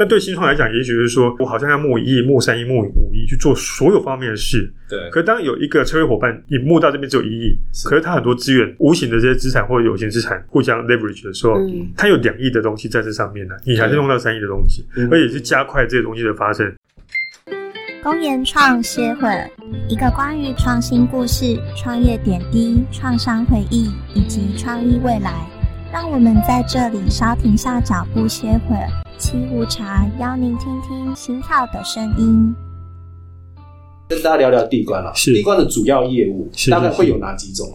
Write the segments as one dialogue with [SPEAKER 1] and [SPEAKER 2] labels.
[SPEAKER 1] 但对新创来讲，也许是说我好像要募一亿、募三亿、募五亿去做所有方面的事。
[SPEAKER 2] 对，
[SPEAKER 1] 可当有一个策略伙伴，你募到这边只有一亿，
[SPEAKER 2] 是
[SPEAKER 1] 可是他很多资源、无形的这些资产或者有形资产互相 leverage 的时候，
[SPEAKER 3] 嗯，
[SPEAKER 1] 它有两亿的东西在这上面呢、你还是
[SPEAKER 2] 对
[SPEAKER 1] 弄到三亿的东西，
[SPEAKER 2] 嗯
[SPEAKER 1] 而且是加快这些东西的发生。
[SPEAKER 4] 公研创协会，一个关于创新故事、创业点滴、创伤回忆以及创意未来。让我们在这里稍停下脚步歇会儿，沏壶茶，邀您听听心跳的声音。
[SPEAKER 2] 跟大家聊聊地关了。
[SPEAKER 1] 是
[SPEAKER 2] 地关的主要业务
[SPEAKER 1] 是是
[SPEAKER 2] 大概会有哪几种？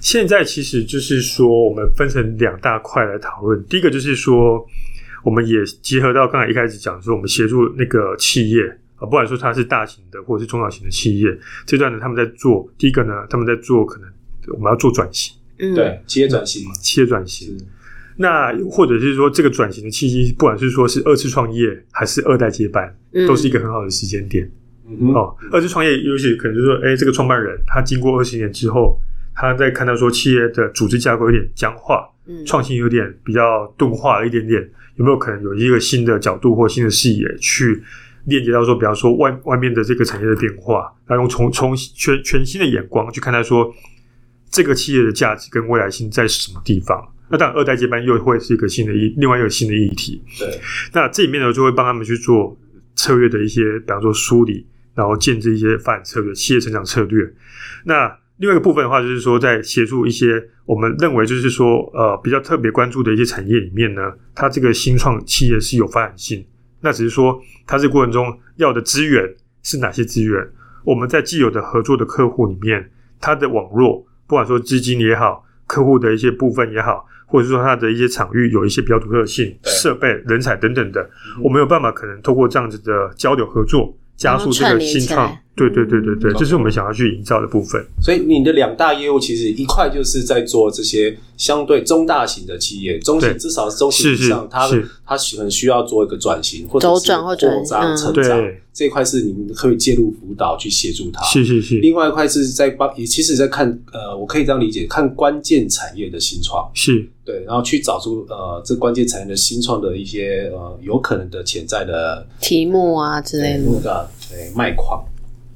[SPEAKER 1] 现在其实就是说，我们分成两大块来讨论。第一个就是说，我们也结合到刚才一开始讲说，我们协助那个企业啊，不管说它是大型的或者是中小型的企业，这段呢他们在做，第一个呢他们在做可能我们要做转型，
[SPEAKER 3] 嗯，
[SPEAKER 2] 对，嗯企业转型嘛，
[SPEAKER 1] 企业转型。
[SPEAKER 2] 是
[SPEAKER 1] 那或者是说这个转型的契机，不管是说是二次创业还是二代接班，
[SPEAKER 3] 嗯，
[SPEAKER 1] 都是一个很好的时间点。
[SPEAKER 2] 嗯哼
[SPEAKER 1] 哦，二次创业尤其可能就是说，哎，这个创办人他经过二十年之后，他在看到说企业的组织架构有点僵化，
[SPEAKER 3] 嗯
[SPEAKER 1] 创新有点比较钝化了一点点，有没有可能有一个新的角度或新的视野去链接到说，比方说外外面的这个产业的变化，然后用从从全全新的眼光去看待说这个企业的价值跟未来性在什么地方？那当然，二代接班又会是一个新的议，另外一个新的议题。
[SPEAKER 2] 对，
[SPEAKER 1] 那这里面呢，就会帮他们去做策略的一些，比方说梳理，然后建制一些发展策略、企业成长策略。那另外一个部分的话，就是说在协助一些我们认为就是说呃比较特别关注的一些产业里面呢，它这个新创企业是有发展性，那只是说它这过程中要的资源是哪些资源？我们在既有的合作的客户里面，它的网络，不管说资金也好，客户的一些部分也好，或者是说它的一些场域有一些比较独特性、
[SPEAKER 2] 对
[SPEAKER 1] 设备、人才等等的，
[SPEAKER 2] 嗯
[SPEAKER 1] 我们有办法可能透过这样子的交流合作，加速这
[SPEAKER 3] 然后串
[SPEAKER 1] 个
[SPEAKER 3] 联
[SPEAKER 1] 新
[SPEAKER 3] 起
[SPEAKER 1] 创
[SPEAKER 3] 来。
[SPEAKER 1] 对对对对对，
[SPEAKER 2] 嗯
[SPEAKER 1] 这是我们想要去营造的部分。
[SPEAKER 2] 所以你的两大业务其实一块就是在做这些相对中大型的企业，中
[SPEAKER 1] 对
[SPEAKER 2] 型至少是中型
[SPEAKER 1] 是
[SPEAKER 2] 以
[SPEAKER 1] 是
[SPEAKER 2] 上，它
[SPEAKER 1] 是
[SPEAKER 2] 它可能需要做一个转型，或者
[SPEAKER 3] 周
[SPEAKER 2] 是
[SPEAKER 3] 转或
[SPEAKER 2] 扩
[SPEAKER 3] 转嗯
[SPEAKER 2] 张、成长
[SPEAKER 1] 对，
[SPEAKER 2] 这一块是你们可以介入辅导去协助它。
[SPEAKER 1] 是是是
[SPEAKER 2] 啊另外一块是在帮，也其实在看，呃，我可以这样理解，看关键产业的新创，
[SPEAKER 1] 是，
[SPEAKER 2] 对，然后去找出呃这关键产业的新创的一些呃有可能的潜在的哎
[SPEAKER 3] 题目啊之类
[SPEAKER 2] 那
[SPEAKER 3] 的，
[SPEAKER 2] 个对卖矿，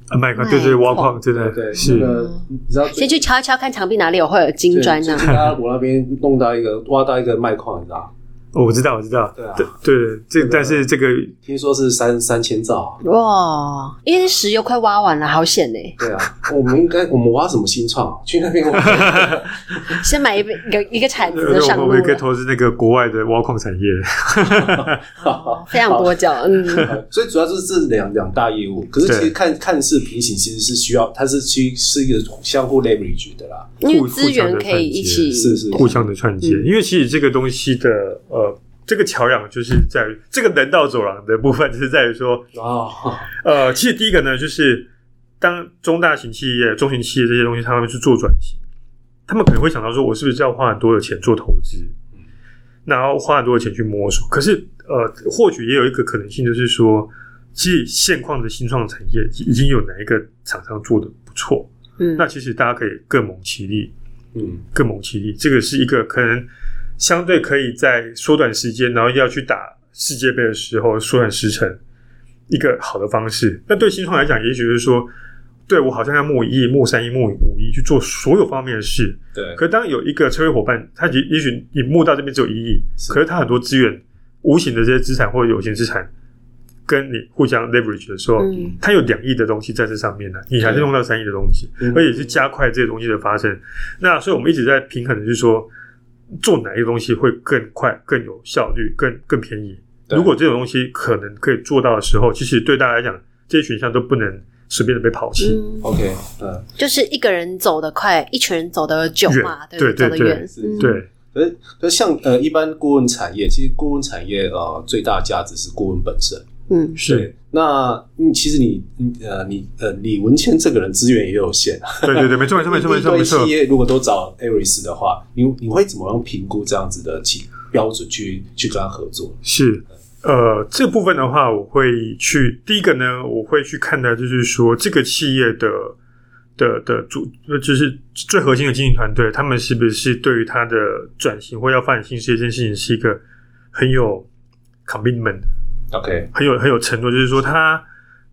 [SPEAKER 1] 啊，麦克对对
[SPEAKER 3] 麦克
[SPEAKER 1] 挖矿真
[SPEAKER 2] 对
[SPEAKER 1] 的
[SPEAKER 2] 对，
[SPEAKER 1] 是
[SPEAKER 2] 那个你知道最
[SPEAKER 3] 嗯先去敲一敲看墙壁哪里有会有金
[SPEAKER 2] 对
[SPEAKER 3] 砖这啊
[SPEAKER 2] 最
[SPEAKER 3] 样
[SPEAKER 2] 近。大家我那边弄到一个挖到一个卖矿，你知道，
[SPEAKER 1] 哦，我知道我知道
[SPEAKER 2] 对啊，
[SPEAKER 1] 对对，这
[SPEAKER 2] 个
[SPEAKER 1] 但是这个
[SPEAKER 2] 听说是三三千兆。啊
[SPEAKER 3] 哇，因为石油快挖完了，好险呢！
[SPEAKER 2] 对啊，我们应该我们挖什么新创啊？去那 边挖，
[SPEAKER 3] 先买 一个一个一个铲子
[SPEAKER 1] 呃
[SPEAKER 3] 就上
[SPEAKER 1] 我
[SPEAKER 3] 路
[SPEAKER 1] 们也可以
[SPEAKER 3] 了，
[SPEAKER 1] 投资那个国外的挖矿产业。
[SPEAKER 3] 哦非常多角。嗯，
[SPEAKER 2] 所以主要就是这两两大业务。可是其
[SPEAKER 1] 对
[SPEAKER 2] 实看看似平行，其实是需要它是去是一个相互 leverage 的啦。
[SPEAKER 3] 因
[SPEAKER 1] 互
[SPEAKER 3] 为资源可以一起，
[SPEAKER 2] 是是
[SPEAKER 1] 互相的串接，
[SPEAKER 3] 嗯
[SPEAKER 1] 因为其实这个东西的呃，这个桥梁就是在于这个人道走廊的部分，就是在于说，
[SPEAKER 2] 哦，
[SPEAKER 1] 呃，其实第一个呢，就是当中大型企业、中型企业这些东西，他们去做转型，他们可能会想到说，我是不是要花很多的钱做投资，然后花很多的钱去摸索。可是，呃，或许也有一个可能性，就是说，其实现况的新创产业已经有哪一个厂商做的不错，
[SPEAKER 3] 嗯
[SPEAKER 1] 那其实大家可以各谋其力，
[SPEAKER 2] 嗯，
[SPEAKER 1] 更猛其力。这个是一个可能相对可以在缩短时间，然后要去打世界杯的时候缩短时程，一个好的方式。那对新创来讲，也许是说，对我好像要募一亿、募三亿、募五亿去做所有方面的事。
[SPEAKER 2] 对，
[SPEAKER 1] 可当有一个策略伙伴，他也也许你募到这边只有一亿，
[SPEAKER 2] 是
[SPEAKER 1] 可是他很多资源、无形的这些资产或者有形资产，跟你互相 leverage 的时候，
[SPEAKER 3] 嗯
[SPEAKER 1] 它有两亿的东西在这上面呢、你还是用到三亿的东西
[SPEAKER 2] 嗯，
[SPEAKER 1] 而且是加快这些东西的发生。那所以我们一直在平衡的是说，做哪一个东西会更快、更有效率、更更便宜。
[SPEAKER 2] 对
[SPEAKER 1] 如果这种东西可能可以做到的时候，其实对大家来讲，这些选项都不能随便的被抛弃。
[SPEAKER 3] 嗯，
[SPEAKER 2] OK，嗯，
[SPEAKER 3] 就是一个人走得快，一群人走得久嘛，
[SPEAKER 1] 远
[SPEAKER 3] 不
[SPEAKER 1] 对
[SPEAKER 3] 走
[SPEAKER 1] 对
[SPEAKER 3] 得
[SPEAKER 1] 对
[SPEAKER 3] 远，
[SPEAKER 2] 是
[SPEAKER 3] 嗯，
[SPEAKER 1] 对，
[SPEAKER 2] 可是可是像呃一般顾问产业，其实顾问产业呃最大价值是顾问本身。
[SPEAKER 3] 嗯，
[SPEAKER 1] 是，
[SPEAKER 2] 对，那嗯，其实你你呃你呃李文谦这个人资源也有限，啊
[SPEAKER 1] 对对对，没错没错没错没错没
[SPEAKER 2] 一堆
[SPEAKER 1] 错
[SPEAKER 2] 企。业如果都找 Aris 的话，你你会怎么样评估这样子的企标准去去跟他合作？
[SPEAKER 1] 是，呃，这部分的话，我会去第一个呢，我会去看的，就是说这个企业的的的主，就是最核心的经营团队，他们是不是对于它的转型或要发展新事业这件事情是一个很有 commitment，
[SPEAKER 2] OK，
[SPEAKER 1] 很有很有承诺，就是说他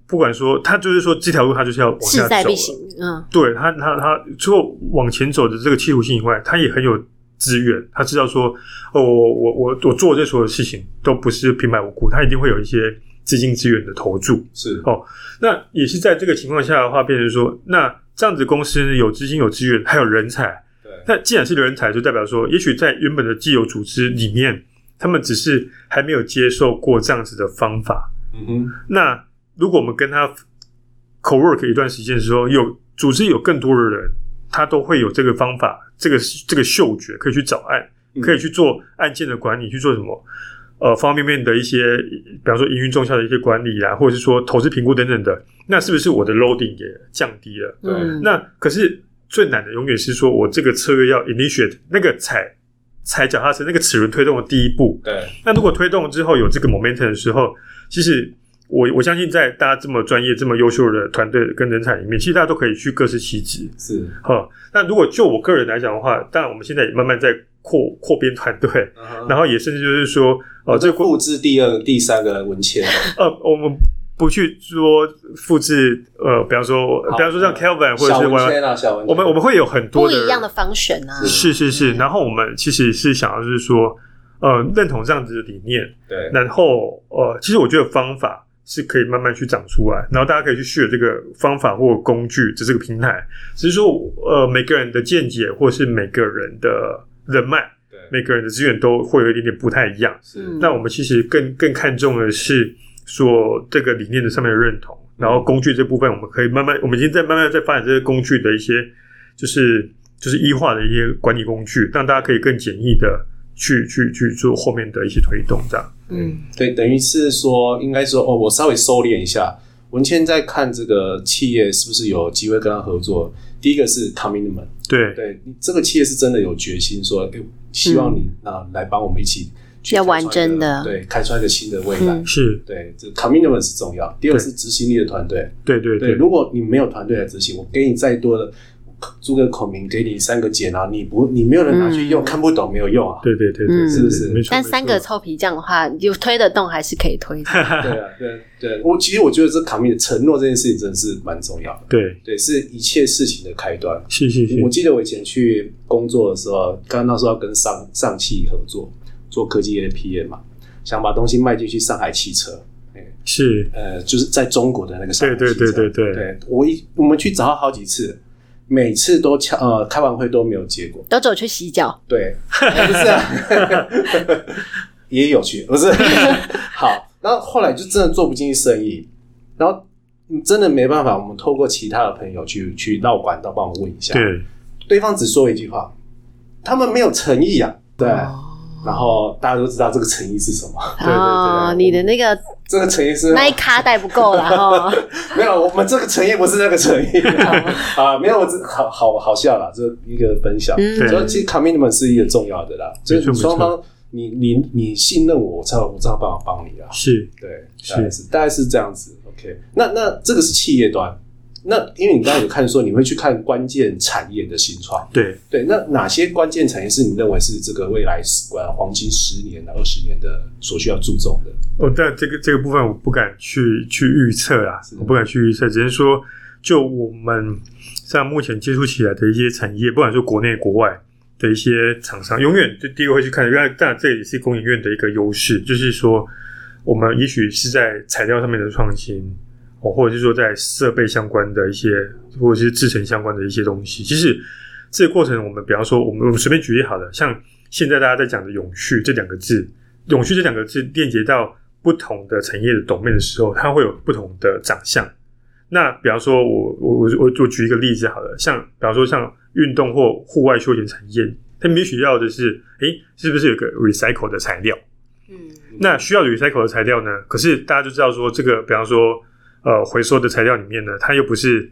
[SPEAKER 1] 不管说他就是说这条路他就是要往下
[SPEAKER 3] 势
[SPEAKER 1] 走
[SPEAKER 3] 在
[SPEAKER 1] 了
[SPEAKER 3] 必，行，嗯，
[SPEAKER 1] 对他他他除了往前走的这个企图心以外，他也很有资源，他知道说哦我我我我做这所有事情都不是平白无故，他一定会有一些资金资源的投注。
[SPEAKER 2] 是
[SPEAKER 1] 哦那也是在这个情况下的话，变成说那这样子公司有资金有资源还有人才，
[SPEAKER 2] 对，
[SPEAKER 1] 那既然是人才，就代表说，也许在原本的既有组织里面，他们只是还没有接受过这样子的方法。
[SPEAKER 2] 嗯哼，
[SPEAKER 1] 那如果我们跟他 co work 一段时间的时候，有组织有更多的人，他都会有这个方法，这个这个嗅觉，可以去找案，
[SPEAKER 2] 嗯
[SPEAKER 1] 可以去做案件的管理，去做什么。呃，方方面面的一些，比方说营运重效的一些管理啊，或者是说投资评估等等的，那是不是我的 loading 也降低了？
[SPEAKER 2] 对
[SPEAKER 3] 嗯，
[SPEAKER 1] 那可是最难的永远是说我这个策略要 initiate 那个踩踩脚踏车那个齿轮推动的第一步。
[SPEAKER 2] 对，
[SPEAKER 1] 那如果推动之后有这个 momentum 的时候，其实我我相信在大家这么专业、这么优秀的团队跟人才里面，其实大家都可以去各司其职。
[SPEAKER 2] 是，
[SPEAKER 1] 哈，那如果就我个人来讲的话，当然我们现在也慢慢在扩扩编团队，然
[SPEAKER 2] 后
[SPEAKER 1] 后也甚至就是说，哦、这
[SPEAKER 2] 就
[SPEAKER 1] 个过
[SPEAKER 2] 嗯复制第二、第三个文献，
[SPEAKER 1] 呃，我们不去说复制，呃，比方说，
[SPEAKER 2] 好
[SPEAKER 1] 比方说像 Kelvin 或者
[SPEAKER 2] 小
[SPEAKER 1] 是
[SPEAKER 2] 文
[SPEAKER 1] YY，
[SPEAKER 2] 献啊，小文献，
[SPEAKER 1] 我们我们会有很多
[SPEAKER 3] 不一样的方选啊，
[SPEAKER 1] 是是是，
[SPEAKER 3] 嗯
[SPEAKER 1] 然后我们其实是想要就是说，呃，认同这样子的理念，
[SPEAKER 2] 对
[SPEAKER 1] 然后呃，其实我觉得方法是可以慢慢去长出来，然后大家可以去 share 这个方法或工具的这个平台，只是说呃，每个人的见解或是每个人的人脉，
[SPEAKER 2] 对，
[SPEAKER 1] 每个人的资源都会有一点点不太一样。
[SPEAKER 2] 是
[SPEAKER 3] 嗯
[SPEAKER 1] 那我们其实更更看重的是说这个理念的上面的认同，然后工具这部分我们可以慢慢，我们已经在慢慢在发展这些工具的一些，就是就是医化的一些管理工具，让大家可以更简易的去去去做后面的一些推动，这样。
[SPEAKER 3] 嗯，
[SPEAKER 2] 对，等于是说，应该说哦，我稍微收敛一下。文倩在看这个企业是不是有机会跟他合作。第一个是 commitment，
[SPEAKER 1] 对
[SPEAKER 2] 对，这个企业是真的有决心说，哎、希望你啊、来帮我们一起去
[SPEAKER 3] 要
[SPEAKER 2] 开创
[SPEAKER 3] 完整
[SPEAKER 2] 一个
[SPEAKER 3] 的
[SPEAKER 2] 对，开创一个新的未来。
[SPEAKER 3] 嗯
[SPEAKER 1] 是，
[SPEAKER 2] 对，这 commitment 是重要。第二个是执行力的团队。
[SPEAKER 1] 对对
[SPEAKER 2] 对，如果你没有团队来执行，我给你再多的诸葛孔明，给你三个解囊，你不你没有人拿去用，
[SPEAKER 3] 嗯
[SPEAKER 2] 看不懂没有用啊。
[SPEAKER 1] 对对对对，
[SPEAKER 3] 嗯
[SPEAKER 2] 是不是
[SPEAKER 1] 没错。
[SPEAKER 3] 但
[SPEAKER 1] 没错
[SPEAKER 3] 三个臭皮匠的话，有推得动还是可以推的，
[SPEAKER 2] 对啊，对对，我其实我觉得这 commit 承诺这件事情真的是蛮重要的。
[SPEAKER 1] 对，
[SPEAKER 2] 对，是一切事情的开端。
[SPEAKER 1] 是是是
[SPEAKER 2] 我，记得我以前去工作的时候，刚刚那时候要跟上上汽合作，做科技业的 PM 嘛，想把东西卖进去上海汽车，
[SPEAKER 1] 是
[SPEAKER 2] 呃，就是在中国的那个上海汽
[SPEAKER 1] 对
[SPEAKER 2] 车。
[SPEAKER 1] 对对对对
[SPEAKER 2] 我一我们去找他好几次，每次都敲呃开完会都没有结果。
[SPEAKER 3] 都走去洗脚，
[SPEAKER 2] 对，不是啊， 也有趣，不 是。好，然后后来就真的做不进去生意，然后嗯真的没办法，我们透过其他的朋友去去绕管道帮我问一下，，
[SPEAKER 1] 对
[SPEAKER 2] 对方只说一句话，他们没有诚意啊，对。然后大家都知道这个诚意是什么，
[SPEAKER 1] 对对
[SPEAKER 3] 哦，你的那个
[SPEAKER 2] 这个诚意
[SPEAKER 1] 啊
[SPEAKER 2] 是
[SPEAKER 3] 那一卡带不够哦了 哈，
[SPEAKER 2] 没有，我们这个诚意不是那个 诚意啊，没有，我只好好好笑啦，这一个分享。
[SPEAKER 3] 嗯
[SPEAKER 2] 所以其实 commitment 是一个重要的啦，就
[SPEAKER 1] 没错没
[SPEAKER 2] 是
[SPEAKER 1] 错
[SPEAKER 2] 双方你你你信任我，我才有我才有办法帮你啊。
[SPEAKER 1] 是
[SPEAKER 2] 对，
[SPEAKER 1] 是
[SPEAKER 2] 大概是大概是这样子。OK，那那这个是企业端，那因为你刚刚有看说你会去看关键产业的新创，
[SPEAKER 1] 对
[SPEAKER 2] 对，那哪些关键产业是你认为是这个未来十呃黄金十年到二十年的所需要注重的？
[SPEAKER 1] 哦，但这个这个部分我不敢去去预测啦
[SPEAKER 2] 是，
[SPEAKER 1] 我不敢去预测，只能说就我们像目前接触起来的一些产业，不管说国内国外的一些厂商，永远就第一个会去看的。因为当然这也是工研院的一个优势，就是说我们也许是在材料上面的创新，哦，或者是说在设备相关的一些，或者是制成相关的一些东西。其实这个过程，我们比方说，我们我们随便举例好了，像现在大家在讲的“永续”这两个字，“永续”这两个字链接到不同的产业的懂面的时候，它会有不同的长相。那比方说我，我我我我举一个例子好了，像比方说像运动或户外休闲产业，他们也许要的是，诶，是不是有个 recycle 的材料？
[SPEAKER 3] 嗯
[SPEAKER 1] 那需要 recycle 的材料呢？可是大家就知道说，这个比方说，呃，回收的材料里面呢，它又不是，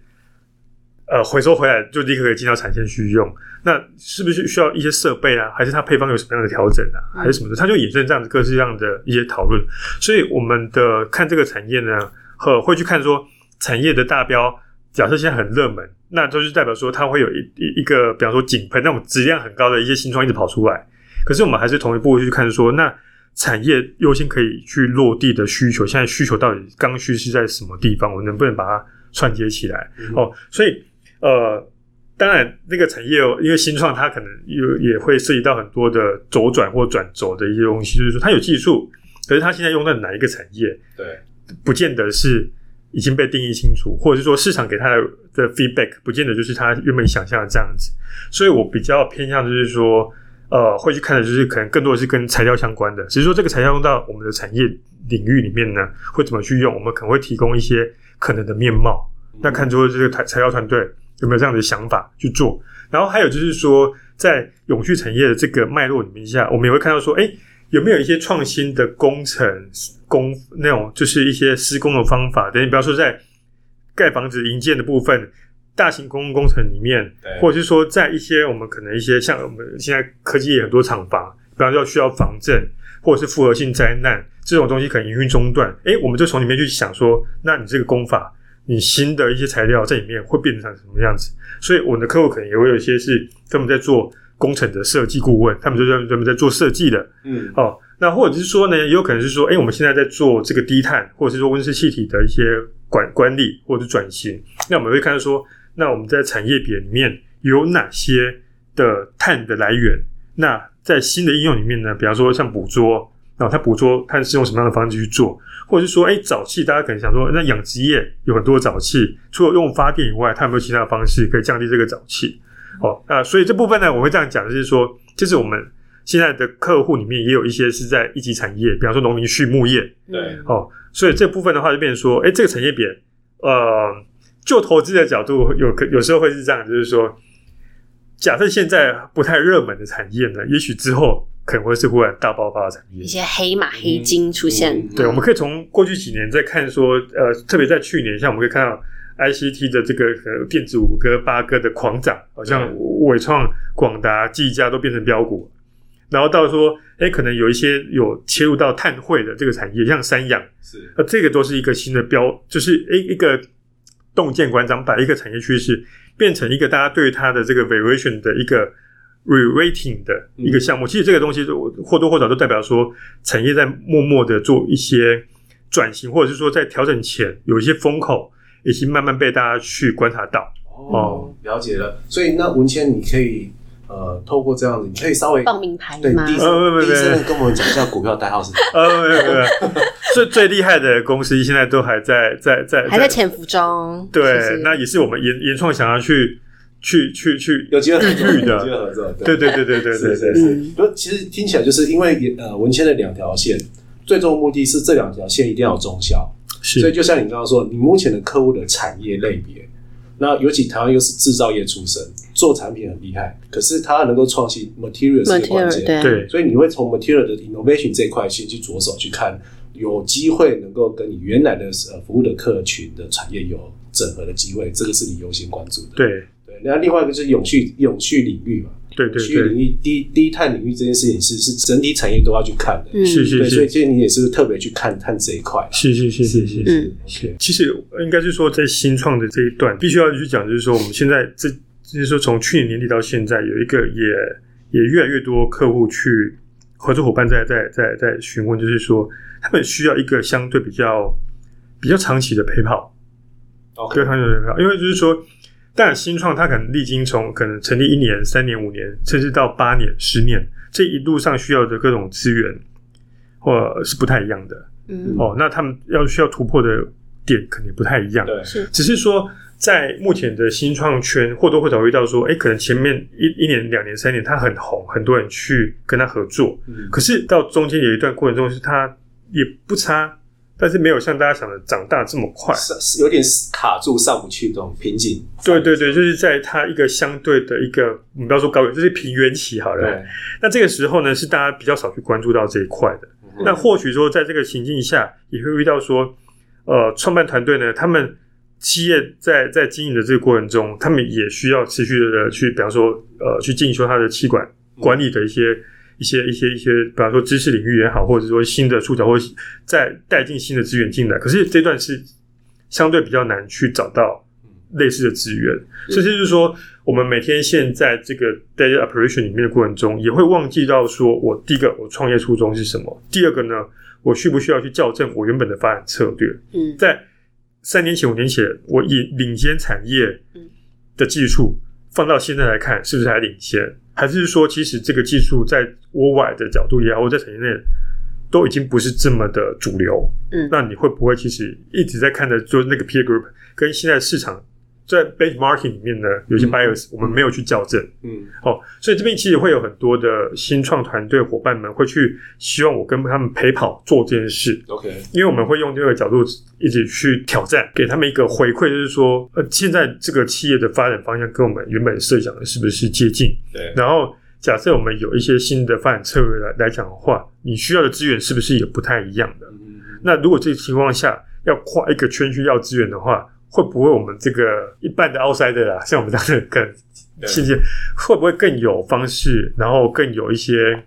[SPEAKER 1] 呃，回收回来就立刻可以进到产线去用。那是不是需要一些设备啊？还是它配方有什么样的调整啊？
[SPEAKER 3] 嗯
[SPEAKER 1] 还是什么的？它就衍生这样子各式各样的一些讨论。所以我们的看这个产业呢，和会去看说产业的大标，假设现在很热门，那就是代表说它会有一一一个，比方说井喷那种质量很高的一些新创一直跑出来。可是我们还是同一步去看说，那产业优先可以去落地的需求，现在需求到底刚需是在什么地方？我能不能把它串接起来？
[SPEAKER 2] 嗯
[SPEAKER 1] 哦，所以呃，当然那个产业哦，因为新创它可能有也会涉及到很多的周转或转轴的一些东西，就是说它有技术，可是它现在用在哪一个产业？
[SPEAKER 2] 对，
[SPEAKER 1] 不见得是已经被定义清楚，或者是说市场给他的的 feedback 不见得就是他原本想象的这样子。所以我比较偏向就是说，呃，会去看的就是可能更多的是跟材料相关的，只是说这个材料用到我们的产业领域里面呢，会怎么去用，我们可能会提供一些可能的面貌。那看出这个材材料团队有没有这样的想法去做。然后还有就是说，在永续产业的这个脉络里面下，我们也会看到说，哎，有没有一些创新的工程工那种，就是一些施工的方法。等于比方说，在盖房子营建的部分，大型公共工程里面，
[SPEAKER 2] 嗯对
[SPEAKER 1] 或者是说在一些我们可能一些像我们现在科技也很多厂房，比方说需要防震或者是复合性灾难这种东西，可能营运中断，诶，我们就从里面去想说，那你这个工法，你新的一些材料在里面会变成什么样子？所以我们的客户可能也会有一些是专门在做工程的设计顾问，他们就专专门在做设计的，
[SPEAKER 2] 嗯，
[SPEAKER 1] 哦，那或者是说呢，也有可能是说，哎，我们现在在做这个低碳，或者是说温室气体的一些管管理或者是转型，那我们会看到说，那我们在产业别里面有哪些的碳的来源？那在新的应用里面呢，比方说像捕捉，然后它捕捉看是用什么样的方式去做，或者是说，哎，沼气，大家可能想说，那养殖业有很多沼气，除了用发电以外，它有没有其他的方式可以降低这个沼气？哦，那所以这部分呢，我会这样讲，就是说，就是我们现在的客户里面也有一些是在一级产业，比方说农林畜牧业，
[SPEAKER 2] 对
[SPEAKER 3] 嗯
[SPEAKER 1] 哦，所以这部分的话就变成说，哎，这个产业别，呃，就投资的角度有可有时候会是这样，就是说，假设现在不太热门的产业呢，也许之后可能会是忽然大爆发的产业
[SPEAKER 3] 一。些黑马黑金出现
[SPEAKER 2] 嗯，
[SPEAKER 1] 对，我们可以从过去几年再看说，呃，特别在去年，像我们可以看到 ICT 的这个呃电子五哥八哥的狂涨，好像伟创、广达、技嘉都变成标股，然后到说，哎，可能有一些有切入到碳汇的这个产业，像三养，
[SPEAKER 2] 是
[SPEAKER 1] 那呃这个都是一个新的标，就是一一个洞见馆长把一个产业趋势变成一个大家对它的这个 variation 的一个 re-rating 的一
[SPEAKER 2] 嗯
[SPEAKER 1] 个项目。其实这个东西就或多或少都代表说，产业在默默的做一些转型，或者是说在调整前有一些风口，已经慢慢被大家去观察到。
[SPEAKER 2] 哦，了解了。所以那文谦，你可以呃，透过这样子，你可以稍微
[SPEAKER 3] 报名牌
[SPEAKER 2] 对
[SPEAKER 3] 吗？
[SPEAKER 2] 低
[SPEAKER 1] 呃不不不
[SPEAKER 2] 声低声的跟我们讲一下股票代号是什么。
[SPEAKER 1] 呃，没有没有没有， 最最厉害的公司现在都还在在在
[SPEAKER 3] 还在潜伏中。
[SPEAKER 1] 对，
[SPEAKER 3] 是不是
[SPEAKER 1] 那也是我们原原创想要去去去去
[SPEAKER 2] 有机会合作，
[SPEAKER 1] 绿的
[SPEAKER 2] 有机会合作，
[SPEAKER 1] 对对对对对对
[SPEAKER 2] 是
[SPEAKER 1] 对
[SPEAKER 2] 是
[SPEAKER 1] 对，
[SPEAKER 2] 是。不，其实听起来就是因为呃文谦的两条线，最终的目的是这两条线一定要有中效。所
[SPEAKER 1] 是
[SPEAKER 2] 以就像你刚刚说，你目前的客户的产业类别，那尤其台湾又是制造业出身，做产品很厉害，可是它能够创新 material 是个关
[SPEAKER 3] material
[SPEAKER 2] 键。
[SPEAKER 3] 对
[SPEAKER 1] 对
[SPEAKER 2] 所以你会从 material 的 innovation 这一块先去着手去看，有机会能够跟你原来的呃服务的客群的产业有整合的机会，这个是你优先关注的。
[SPEAKER 1] 对。
[SPEAKER 2] 对，那另外一个就是永续永续领域嘛，
[SPEAKER 1] 对
[SPEAKER 2] 永
[SPEAKER 1] 对
[SPEAKER 2] 续领
[SPEAKER 1] 嗯对，
[SPEAKER 2] 域低低碳领域这件事情是是整体产业都要去看的。
[SPEAKER 3] 嗯
[SPEAKER 1] 是是
[SPEAKER 2] 对，所以
[SPEAKER 1] 是
[SPEAKER 2] 其实你也是特别去看看这一块啦。
[SPEAKER 1] 是是是是是是。
[SPEAKER 3] 嗯，
[SPEAKER 2] OK，
[SPEAKER 1] 其实应该是说，在新创的这一段，必须要去讲，就是说我们现在这，就是说从去年年底到现在，有一个也也越来越多客户去合作伙伴在在在在询问，就是说他们需要一个相对比较比较长期的陪跑，
[SPEAKER 2] ，OK，
[SPEAKER 1] 对，长久的票，因为就是说，当然新创它可能历经从可能成立一年、三年、五年，甚至到八年、十年，这一路上需要的各种资源，或是不太一样的
[SPEAKER 3] 嗯，
[SPEAKER 1] 哦。那他们要需要突破的点肯定不太一样，
[SPEAKER 2] 对，
[SPEAKER 3] 是
[SPEAKER 1] 只是说。在目前的新创圈，或多或少会遇到说，哎，可能前面一一年、两年、三年，它很红，很多人去跟他合作，
[SPEAKER 2] 嗯
[SPEAKER 1] 可是到中间有一段过程中，是它也不差，但是没有像大家想的长大这么快。
[SPEAKER 2] 是是有点卡住上不去这种瓶颈。
[SPEAKER 1] 对对对，就是在它一个相对的一个，我们不要说高原，就是平原期好了。
[SPEAKER 2] 对，
[SPEAKER 1] 那这个时候呢，是大家比较少去关注到这一块的。
[SPEAKER 2] 嗯
[SPEAKER 1] 那或许说，在这个情境下，也会遇到说，呃，创办团队呢，他们企业在在经营的这个过程中，他们也需要持续的去，比方说，呃，去进修它的气管管理的一些、一些、一些、一些，比方说知识领域也好，或者说新的触角，或者再带进新的资源进来。可是这段是相对比较难去找到类似的资源，
[SPEAKER 2] 嗯
[SPEAKER 1] 甚至是说，我们每天现在这个 daily operation 里面的过程中，也会忘记到说我第一个我创业初衷是什么，第二个呢，我需不需要去校正我原本的发展策略？
[SPEAKER 3] 嗯
[SPEAKER 1] 在三年前、五年前，我以领先产业
[SPEAKER 3] 嗯
[SPEAKER 1] 的技术放到现在来看，是不是还领先？还是说，其实这个技术在国外的角度也好，或在产业内都已经不是这么的主流？
[SPEAKER 3] 嗯
[SPEAKER 1] 那你会不会其实一直在看着就是那个 peer group 跟现在市场在 benchmarking 里面呢，有些
[SPEAKER 2] 嗯
[SPEAKER 1] bias、我们没有去校正？
[SPEAKER 2] 嗯
[SPEAKER 1] 哦，所以这边其实会有很多的新创团队伙伴们会去希望我跟他们陪跑做这件事。
[SPEAKER 2] ，OK，
[SPEAKER 1] 因为我们会用这个角度一直去呃挑战，给他们一个回馈，就是说，呃，现在这个企业的发展方向跟我们原本设想的是不是接近？
[SPEAKER 2] 对，
[SPEAKER 1] 然后，假设我们有一些新的发展策略来来讲的话，你需要的资源是不是也不太一样的？
[SPEAKER 2] 嗯
[SPEAKER 1] 那如果这个情况下要跨一个圈去要资源的话，会不会我们这个一般的 outsider 啊，像我们这样的更
[SPEAKER 2] 对
[SPEAKER 1] 信息，会不会更有方式，然后更有一些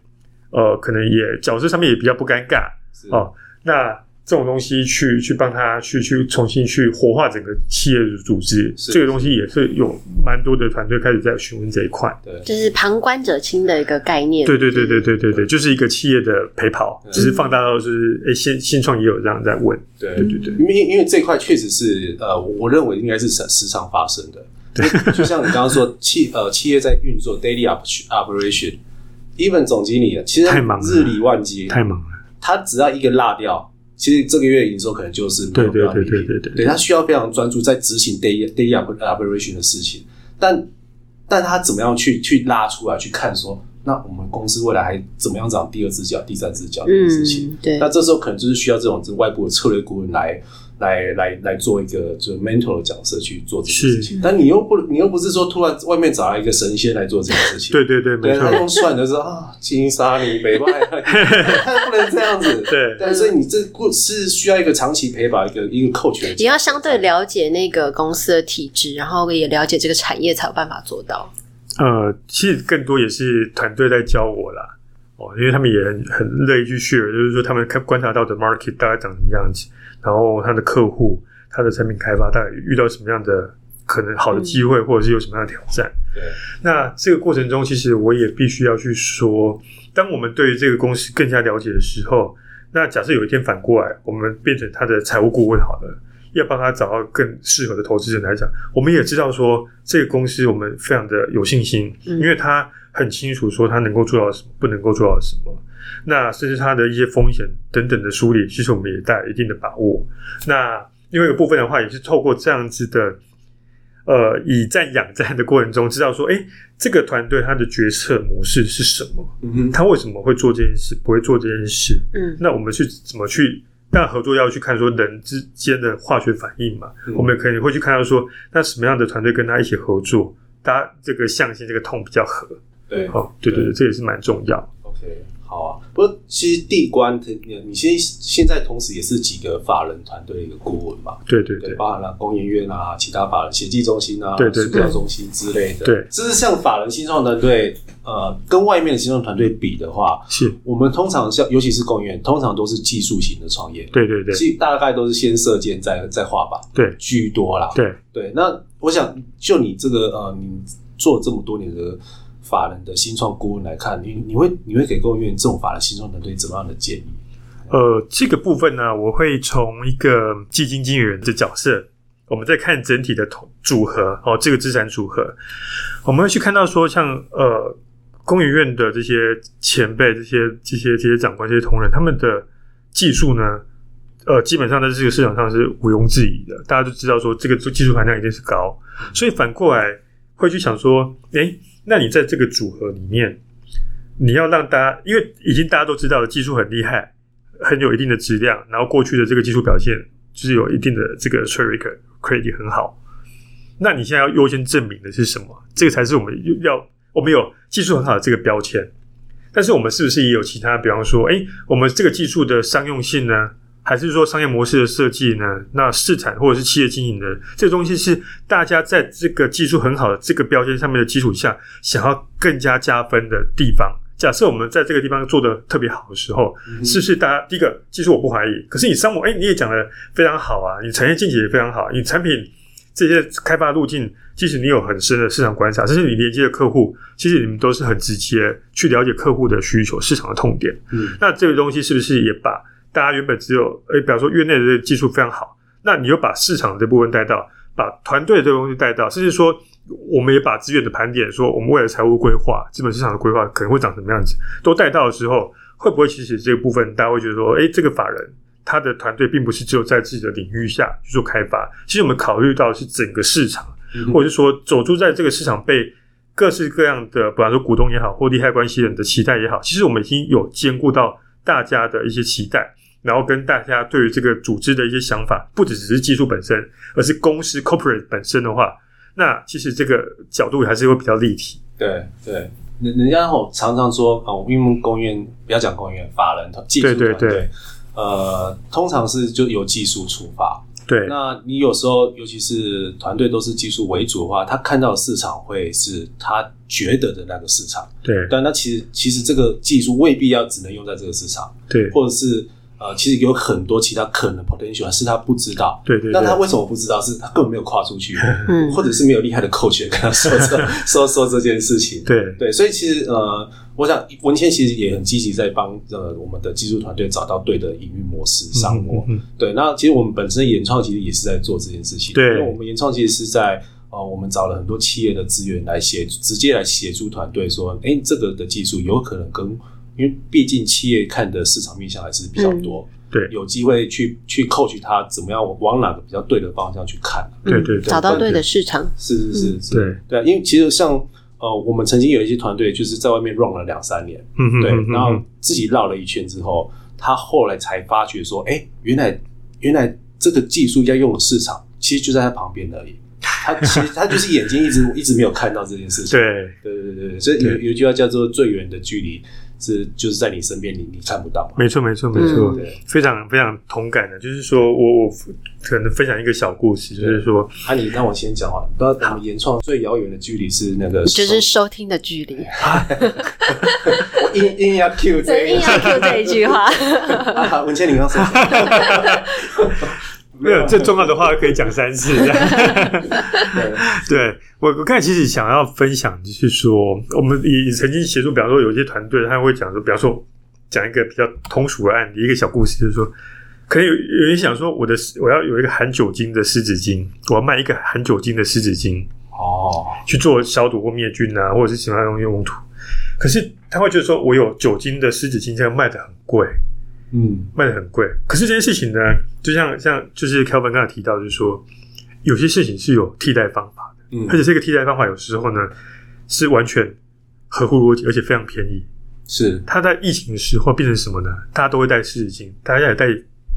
[SPEAKER 1] 呃，可能也角色上面也比较不尴尬，
[SPEAKER 2] 是
[SPEAKER 1] 哦，那这种东西去去帮他去去重新去活化整个企业的组织，
[SPEAKER 2] 是
[SPEAKER 1] 这个东西也是有蛮多的团队开始在询问这一块。
[SPEAKER 2] 对，
[SPEAKER 3] 就是旁观者清的一个概念。
[SPEAKER 1] 对对对对对对对，就是一个企业的陪跑，
[SPEAKER 2] 嗯
[SPEAKER 1] 只是放大到就是诶，新新创也有这样在问，
[SPEAKER 2] 对
[SPEAKER 1] 对对对，
[SPEAKER 2] 因为因为这块确实是呃，我我认为应该是时时常发生的。对，就像你刚刚说，企呃企业在运作 daily op- operation，even 总经理啊其实
[SPEAKER 1] 太忙了
[SPEAKER 2] 日理万机，
[SPEAKER 1] 太忙了，
[SPEAKER 2] 他只要一个落掉，其实这个月营收可能就是没有
[SPEAKER 1] 对对
[SPEAKER 2] 办法
[SPEAKER 1] 对对
[SPEAKER 2] 盈利
[SPEAKER 1] 对对
[SPEAKER 2] 对他需要非常专注在执行 daily daily op- operation 的事情，但但他怎么样去去拉出来去看说，那我们公司未来还怎么样长第二只脚、第三只脚这件事情？
[SPEAKER 3] 嗯，对
[SPEAKER 2] 那，这时候可能就是需要这种外部的策略顾问来来来来做一个就是 mentor 的角色去做这件事情
[SPEAKER 3] 是。
[SPEAKER 2] 但你又不你又不是说突然外面找来一个神仙来做这件事情，
[SPEAKER 1] 对对对，没
[SPEAKER 2] 对，
[SPEAKER 1] 错
[SPEAKER 2] 他，用算的是啊，金沙你美败， 他不能这样子。
[SPEAKER 1] 对
[SPEAKER 2] 但所以你这故是需要一个长期陪伴，一个一个 coach 的角色
[SPEAKER 3] 你要相对了解那个公司的体制，然后也了解这个产业，才有办法做到。
[SPEAKER 1] 呃，其实更多也是团队在教我啦。哦，因为他们也很很乐意去 share，就是说他们看观察到的 market 大概长什么样子，然后他的客户、他的产品开发大概遇到什么样的可能好的机会，或者是有什么样的挑战。
[SPEAKER 2] 对
[SPEAKER 1] 那这个过程中，其实我也必须要去说，当我们对于这个公司更加了解的时候，那假设有一天反过来，我们变成他的财务顾问好了，要帮他找到更适合的投资人来讲，我们也知道说这个公司我们非常的有信心，
[SPEAKER 3] 嗯
[SPEAKER 1] 因为他很清楚说他能够做到什么，不能够做到什么。那甚至它的一些风险等等的梳理，其实我们也带一定的把握。那另外一个部分的话，也是透过这样子的，呃，以战养战的过程中，知道说，哎，这个团队它的决策模式是什么？
[SPEAKER 2] 嗯哼，
[SPEAKER 1] 他为什么会做这件事？不会做这件事？
[SPEAKER 3] 嗯
[SPEAKER 1] 那我们去怎么去？但合作要去看说人之间的化学反应嘛，
[SPEAKER 2] 嗯
[SPEAKER 1] 我们可能会去看到说，那什么样的团队跟他一起合作，大家这个象限、这个痛比较合。
[SPEAKER 2] 对
[SPEAKER 1] 哦，对对对，这也是蛮重要。
[SPEAKER 2] OK，好啊。不过其实地关，你你现现在同时也是几个法人团队的一个顾问嘛，
[SPEAKER 1] 对对
[SPEAKER 2] 对，
[SPEAKER 1] 对，
[SPEAKER 2] 包含了工研院啊、其他法人协计中心啊、
[SPEAKER 1] 对对
[SPEAKER 2] 塑
[SPEAKER 1] 对
[SPEAKER 2] 料中心之类的。
[SPEAKER 1] 对
[SPEAKER 2] 就是像法人新创团队，呃，跟外面的新创团队比的话，
[SPEAKER 1] 是，
[SPEAKER 2] 我们通常像尤其是工研院，通常都是技术型的创业，
[SPEAKER 1] 对对对
[SPEAKER 2] 其实大概都是先射箭再再画靶
[SPEAKER 1] 对
[SPEAKER 2] 居多啦。
[SPEAKER 1] 对，
[SPEAKER 2] 对，那我想就你这个呃，你做这么多年的法人的新创顾问来看，你你会你会给工研院这种法人新创团队怎么样的建议？
[SPEAKER 1] 呃，这个部分呢，我会从一个基金经理人的角色，我们再看整体的统组合哦，这个资产组合，我们会去看到说像，呃，工研院的这些前辈、这些这些这些长官、这些同仁，他们的技术呢，呃，基本上在这个市场上是毋庸置疑的，大家都知道说这个技术含量一定是高，所以反过来会去想说，诶，那你在这个组合里面，你要让大家，因为已经大家都知道了技术很厉害，很有一定的质量，然后过去的这个技术表现就是有一定的这个 track record credit 很好，那你现在要优先证明的是什么？这个才是我们要我们有技术很好的这个标签，但是我们是不是也有其他，比方说，诶，我们这个技术的商用性呢？还是说商业模式的设计呢？那市场或者是企业经营的这个东西是大家在这个技术很好的这个标签上面的基础下，想要更加加分的地方。假设我们在这个地方做的特别好的时候，嗯是不是大家第一个啊技术我不怀疑，可是你商模哎、你也讲的非常好啊，你产业见解也非常好，你产品。这些开发路径，即使你有很深的市场观察，甚至你连接的客户，其实你们都是很直接去了解客户的需求、市场的痛点。
[SPEAKER 2] 嗯，
[SPEAKER 1] 那这个东西是不是也把大家原本只有，诶，比方说院内的这个技术非常好，那你又把市场这部分带到，把团队这个东西带到，甚至说我们也把资源的盘点，说我们未来财务规划、资本市场的规划可能会长什么样子，都带到的时候，会不会其实这个部分大家会觉得说，诶，这个法人。他的团队并不是只有在自己的领域下去做开发，其实我们考虑到的是整个市场，
[SPEAKER 2] 嗯
[SPEAKER 1] 或者是说走出在这个市场被各式各样的，不管说股东也好，或利害关系人的期待也好，其实我们已经有兼顾到大家的一些期待，然后跟大家对于这个组织的一些想法，不只只是技术本身，而是公司 corporate 本身的话，那其实这个角度还是会比较立体。
[SPEAKER 2] 对对，人人家吼常常说啊，我们因为公园不要讲公园，法人团技术团队，
[SPEAKER 1] 对对对
[SPEAKER 2] 呃，通常是就由技术出发。
[SPEAKER 1] 对，
[SPEAKER 2] 那你有时候，尤其是团队都是技术为主的话，他看到的市场会是他觉得的那个市场，
[SPEAKER 1] 对，
[SPEAKER 2] 但那其实其实这个技术未必要只能用在这个市场，
[SPEAKER 1] 对，
[SPEAKER 2] 或者是呃，其实有很多其他可能 potential 是他不知道。
[SPEAKER 1] 对，对，
[SPEAKER 2] 那他
[SPEAKER 1] 对，
[SPEAKER 2] 为什么不知道？是他根本没有跨出去，
[SPEAKER 3] 嗯
[SPEAKER 2] 或者是没有厉害的 coach 跟他说 这说说这件事情。
[SPEAKER 1] 对，
[SPEAKER 2] 对，所以其实呃，我想文谦其实也很积极在帮呃我们的技术团队找到对的营运模式、商模。
[SPEAKER 1] 嗯，嗯
[SPEAKER 2] 对，那其实我们本身原创其实也是在做这件事情，
[SPEAKER 1] 对
[SPEAKER 2] 因为我们原创其实是在呃，我们找了很多企业的资源来协助，直接来协助团队说，哎、这个的技术有可能跟，因为毕竟企业看的市场面向还是比较多，
[SPEAKER 1] 对
[SPEAKER 2] 有机会去去 coach 他怎么样往哪个比较对的方向去看，
[SPEAKER 1] 对对对
[SPEAKER 3] 找到对的市场，
[SPEAKER 2] 是是是是，
[SPEAKER 1] 对，
[SPEAKER 2] 对啊，因为其实像呃，我们曾经有一些团队就是在外面 run 了两三年。
[SPEAKER 1] 嗯嗯
[SPEAKER 2] 对
[SPEAKER 1] 嗯，嗯，
[SPEAKER 2] 然后
[SPEAKER 1] 嗯
[SPEAKER 2] 自己绕了一圈之后，他后来才发觉说，哎，原来原来这个技术要用的市场其实就在他旁 边而已。他其实他就是眼睛一直一直没有看到这件事情。
[SPEAKER 1] 对，
[SPEAKER 2] 对对对对，所以有有一句话叫做“最远的距离是就是在你身边你，你看不到嘛。
[SPEAKER 1] 没错，没错，没
[SPEAKER 3] 嗯
[SPEAKER 1] 错。
[SPEAKER 2] 对，
[SPEAKER 1] 非常非常同感的，就是说我我可能分享一个小故事，就是说，
[SPEAKER 2] 啊，你让我先讲完。那我们原创最遥远的距离是那个，
[SPEAKER 3] 就是收听的距离。
[SPEAKER 2] 我硬硬要 Q 这
[SPEAKER 3] 对，
[SPEAKER 2] 一
[SPEAKER 3] 硬要 Q 这一句话，
[SPEAKER 2] 啊好文倩，你刚说什么
[SPEAKER 1] 没有这重要的话可以讲三次。这样
[SPEAKER 2] 对
[SPEAKER 1] 对我我刚才其实想要分享，就是说，我们也也曾经协助，比方说有一些团队，他会讲说，比方说讲一个比较通俗的案例，一个小故事，就是说。可能有有人想说，我的我要有一个含酒精的湿纸巾，我要卖一个含酒精的湿纸巾，
[SPEAKER 2] 哦，
[SPEAKER 1] 去做消毒或灭菌啊，或者是其他用用途。可是他会觉得说，我有酒精的湿纸巾，这样卖的很贵，
[SPEAKER 2] 嗯，
[SPEAKER 1] 卖的很贵。可是这件事情呢，就像像就是 Kelvin 刚才提到，就是说有些事情是有替代方法的，
[SPEAKER 2] 嗯
[SPEAKER 1] 而且这个替代方法有时候呢是完全合乎逻辑，而且非常便宜。
[SPEAKER 2] 是，
[SPEAKER 1] 它在疫情的时候变成什么呢？大家都会带湿纸巾，大家也带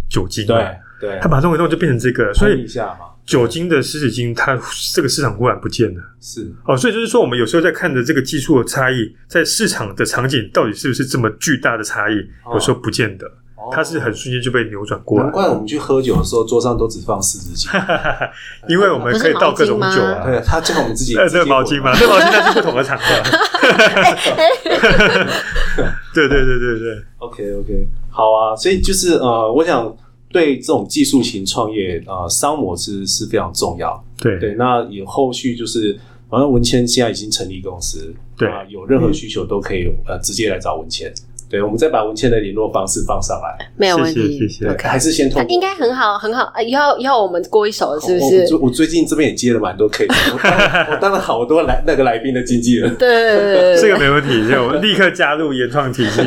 [SPEAKER 1] 酒精，
[SPEAKER 2] 对，对，
[SPEAKER 1] 他把弄一弄就变成这个，所
[SPEAKER 2] 喷
[SPEAKER 1] 以
[SPEAKER 2] 一下嘛，
[SPEAKER 1] 酒精的湿纸巾，它这个市场忽然不见了。
[SPEAKER 2] 是，
[SPEAKER 1] 哦，所以就是说，我们有时候在看着这个技术的差异，在市场的场景到底是不是这么巨大的差异，
[SPEAKER 2] 哦
[SPEAKER 1] 有时候不见得，
[SPEAKER 2] 哦
[SPEAKER 1] 它是很瞬间就被扭转过
[SPEAKER 2] 难
[SPEAKER 1] 来，
[SPEAKER 2] 怪我们去喝酒的时候，桌上都只放四 十几。
[SPEAKER 1] 因为我们可以倒各种酒啊。
[SPEAKER 2] 对他叫我们自己，
[SPEAKER 1] 呃， 这个毛巾嘛，这个毛巾那是不同的场合。 对对对对对，
[SPEAKER 2] ？OK OK，好啊。所以就是呃，我想对这种技术型创业呃，商模是是非常重要。
[SPEAKER 1] 对
[SPEAKER 2] 对，那有后续就是，反正文谦现在已经成立公司，
[SPEAKER 1] 对
[SPEAKER 2] 啊有任何需求都可以呃直接来找文谦。对，我们再把文谦的联络方式放上来。
[SPEAKER 3] 没有问
[SPEAKER 1] 谢谢
[SPEAKER 3] 题。
[SPEAKER 1] 谢谢
[SPEAKER 3] OK
[SPEAKER 2] 还是先通
[SPEAKER 3] 那应该很好，很好。啊要要我们过一首是不
[SPEAKER 2] 我
[SPEAKER 3] 是？
[SPEAKER 2] 最我最近这边也接了蛮多 case，我 当了我当了好多来那个来宾的经纪人。
[SPEAKER 3] 对对对对对，
[SPEAKER 1] 这个没问题，这个我立刻加入原创体系。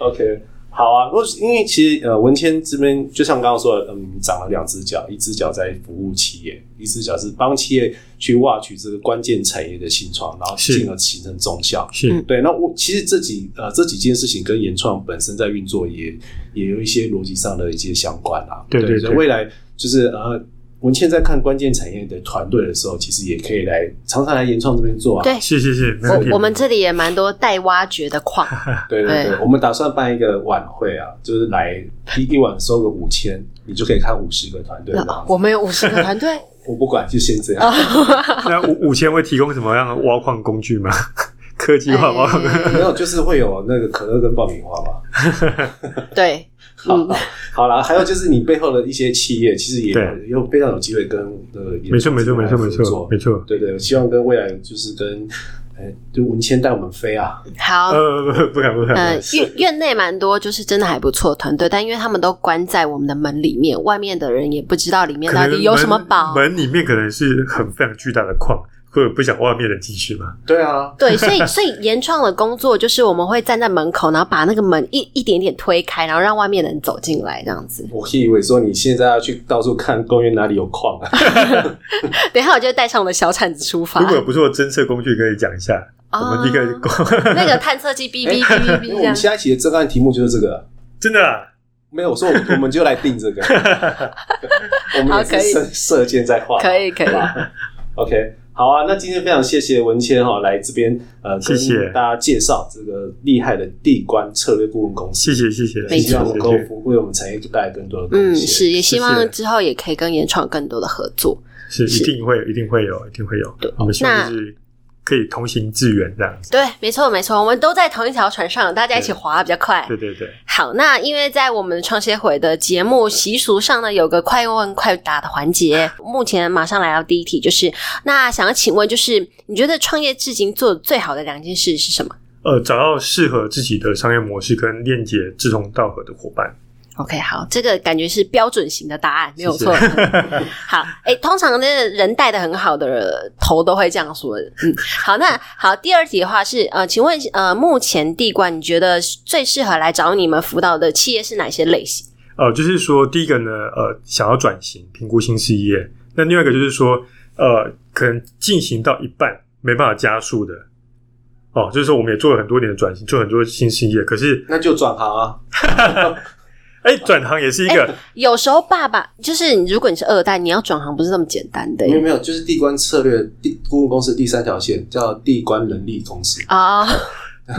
[SPEAKER 2] OK，好啊。如果是因为其实呃，文谦这边就像刚刚说的，嗯，长了两只脚，一只脚在服务企业，一只脚是帮企业去挖取这个关键产业的新创，然后
[SPEAKER 1] 是
[SPEAKER 2] 进而形成中效。
[SPEAKER 3] 嗯
[SPEAKER 1] 是，
[SPEAKER 2] 对，那我其实这几呃这几件事情跟原创本身在运作也也有一些逻辑上的一些相关啦、
[SPEAKER 1] 对对
[SPEAKER 2] 所以
[SPEAKER 1] 对
[SPEAKER 2] 未来就是呃。文倩在看关键产业的团队的时候，其实也可以来常常来原创这边做啊。
[SPEAKER 3] 对
[SPEAKER 1] 谢谢谢，没问题。
[SPEAKER 3] 我我们这里也蛮多待挖掘的 矿，
[SPEAKER 2] 对对对，
[SPEAKER 3] 对
[SPEAKER 2] 我们打算办一个晚会啊，就是来一一晚收个五千，你就可以看五十个团队
[SPEAKER 3] 那
[SPEAKER 2] 嘛。
[SPEAKER 3] 我们有五十个 团队，
[SPEAKER 2] 我不管，就先这样。
[SPEAKER 1] 那五五千会提供什么样的挖矿工具吗？ 科技化挖矿工具
[SPEAKER 2] 没有，就是会有那个可乐跟爆米花嘛。
[SPEAKER 3] 对，
[SPEAKER 2] 好
[SPEAKER 3] 嗯
[SPEAKER 2] 好好啦，还有就是你背后的一些企业，其实也
[SPEAKER 1] 对
[SPEAKER 2] 有非常有机会跟呃，
[SPEAKER 1] 没错，没错，没错，没错，没错。
[SPEAKER 2] 对对，我希望跟未来就是跟， 呃，就文谦带我们飞啊，
[SPEAKER 3] 好，
[SPEAKER 1] 呃，不不敢，不敢。
[SPEAKER 3] 呃，院院内蛮多，就是真的还不错的团队，但因为他们都关在我们的门里面，外面的人也不知道里面
[SPEAKER 1] 可
[SPEAKER 3] 到
[SPEAKER 1] 能
[SPEAKER 3] 底有什么
[SPEAKER 1] 门
[SPEAKER 3] 宝。
[SPEAKER 1] 门里面可能是很非常巨大的矿，或者不想外面人进去嘛。
[SPEAKER 2] 对啊，
[SPEAKER 3] 对，所以所以原创的工作就是我们会站在门口，然后把那个门一一点点推开，然后让外面的人走进来，这样子。
[SPEAKER 2] 我以为说你现在要去到处看公园哪里有矿 啊，
[SPEAKER 3] 等一下我就会带上我的小铲子出发
[SPEAKER 1] 如。果有不错的侦测工具，可以讲一哎下。
[SPEAKER 3] 啊
[SPEAKER 1] 我们立刻过，
[SPEAKER 3] 那个探测器哔
[SPEAKER 2] 因
[SPEAKER 3] 哔哔哔哔
[SPEAKER 2] 为
[SPEAKER 3] 这
[SPEAKER 2] 我们
[SPEAKER 3] 样。
[SPEAKER 2] 下一期的这个案题目就是这个，
[SPEAKER 1] 真的啊，
[SPEAKER 2] 没有我说我们我们就来定 这个，我们
[SPEAKER 3] 好
[SPEAKER 2] 也
[SPEAKER 3] 可以
[SPEAKER 2] 是射射箭在画，
[SPEAKER 3] 可以可以
[SPEAKER 2] 好吧，OK。好啊，那今天非常谢谢文谦哈、来这边呃，
[SPEAKER 1] 谢谢
[SPEAKER 2] 跟大家介绍这个厉害的地关策略顾问公
[SPEAKER 1] 谢
[SPEAKER 2] 司。
[SPEAKER 1] 谢，谢谢，
[SPEAKER 3] 没
[SPEAKER 1] 谢
[SPEAKER 2] 希
[SPEAKER 1] 谢
[SPEAKER 2] 望
[SPEAKER 3] 错
[SPEAKER 2] 能够为我们产业带来更多的贡
[SPEAKER 3] 嗯，
[SPEAKER 2] 献。
[SPEAKER 3] 是，也希
[SPEAKER 1] 谢谢
[SPEAKER 3] 望之后也可以跟原创更多的合作。
[SPEAKER 1] 是一定会有，一定会有，一定会有
[SPEAKER 3] 对。
[SPEAKER 1] 我们希望
[SPEAKER 3] 那
[SPEAKER 1] 就是可以同行致远这样子。
[SPEAKER 3] 对，没错没错，我们都在同一条船上，大家一起划比较快。
[SPEAKER 1] 对对对，
[SPEAKER 3] 好，那因为在我们创协会的节目习俗上呢，有个快问快答的环节。目前马上来到第一题，就是那想要请问，就是你觉得创业至今做的最好的两件事是什么
[SPEAKER 1] 呃，找到适合自己的商业模式跟链接志同道合的伙伴。
[SPEAKER 3] ？OK，好，这个感觉是标准型的答案，没有错。 好，哎、通常那人带的很好的头都会这样说的。嗯，好，那好，第二题的话是呃，请问呃，目前地冠你觉得最适合来找你们辅导的企业是哪些类型？
[SPEAKER 1] 呃，就是说第一个呢，呃，想要转型，评估新事业；那另外一个就是说，呃，可能进行到一半没办法加速的。哦，就是说我们也做了很多年的转型，做很多新事业，可是
[SPEAKER 2] 那就转行啊，
[SPEAKER 1] 哎，转行也是一个、
[SPEAKER 3] 有时候爸爸就是你，如果你是二代，你要转行不是那么简单的
[SPEAKER 2] 没
[SPEAKER 1] 嗯
[SPEAKER 2] 有
[SPEAKER 3] 耶
[SPEAKER 2] 没有，就是地关策略地顾问公司第三条线叫地关人力公司。
[SPEAKER 3] 啊、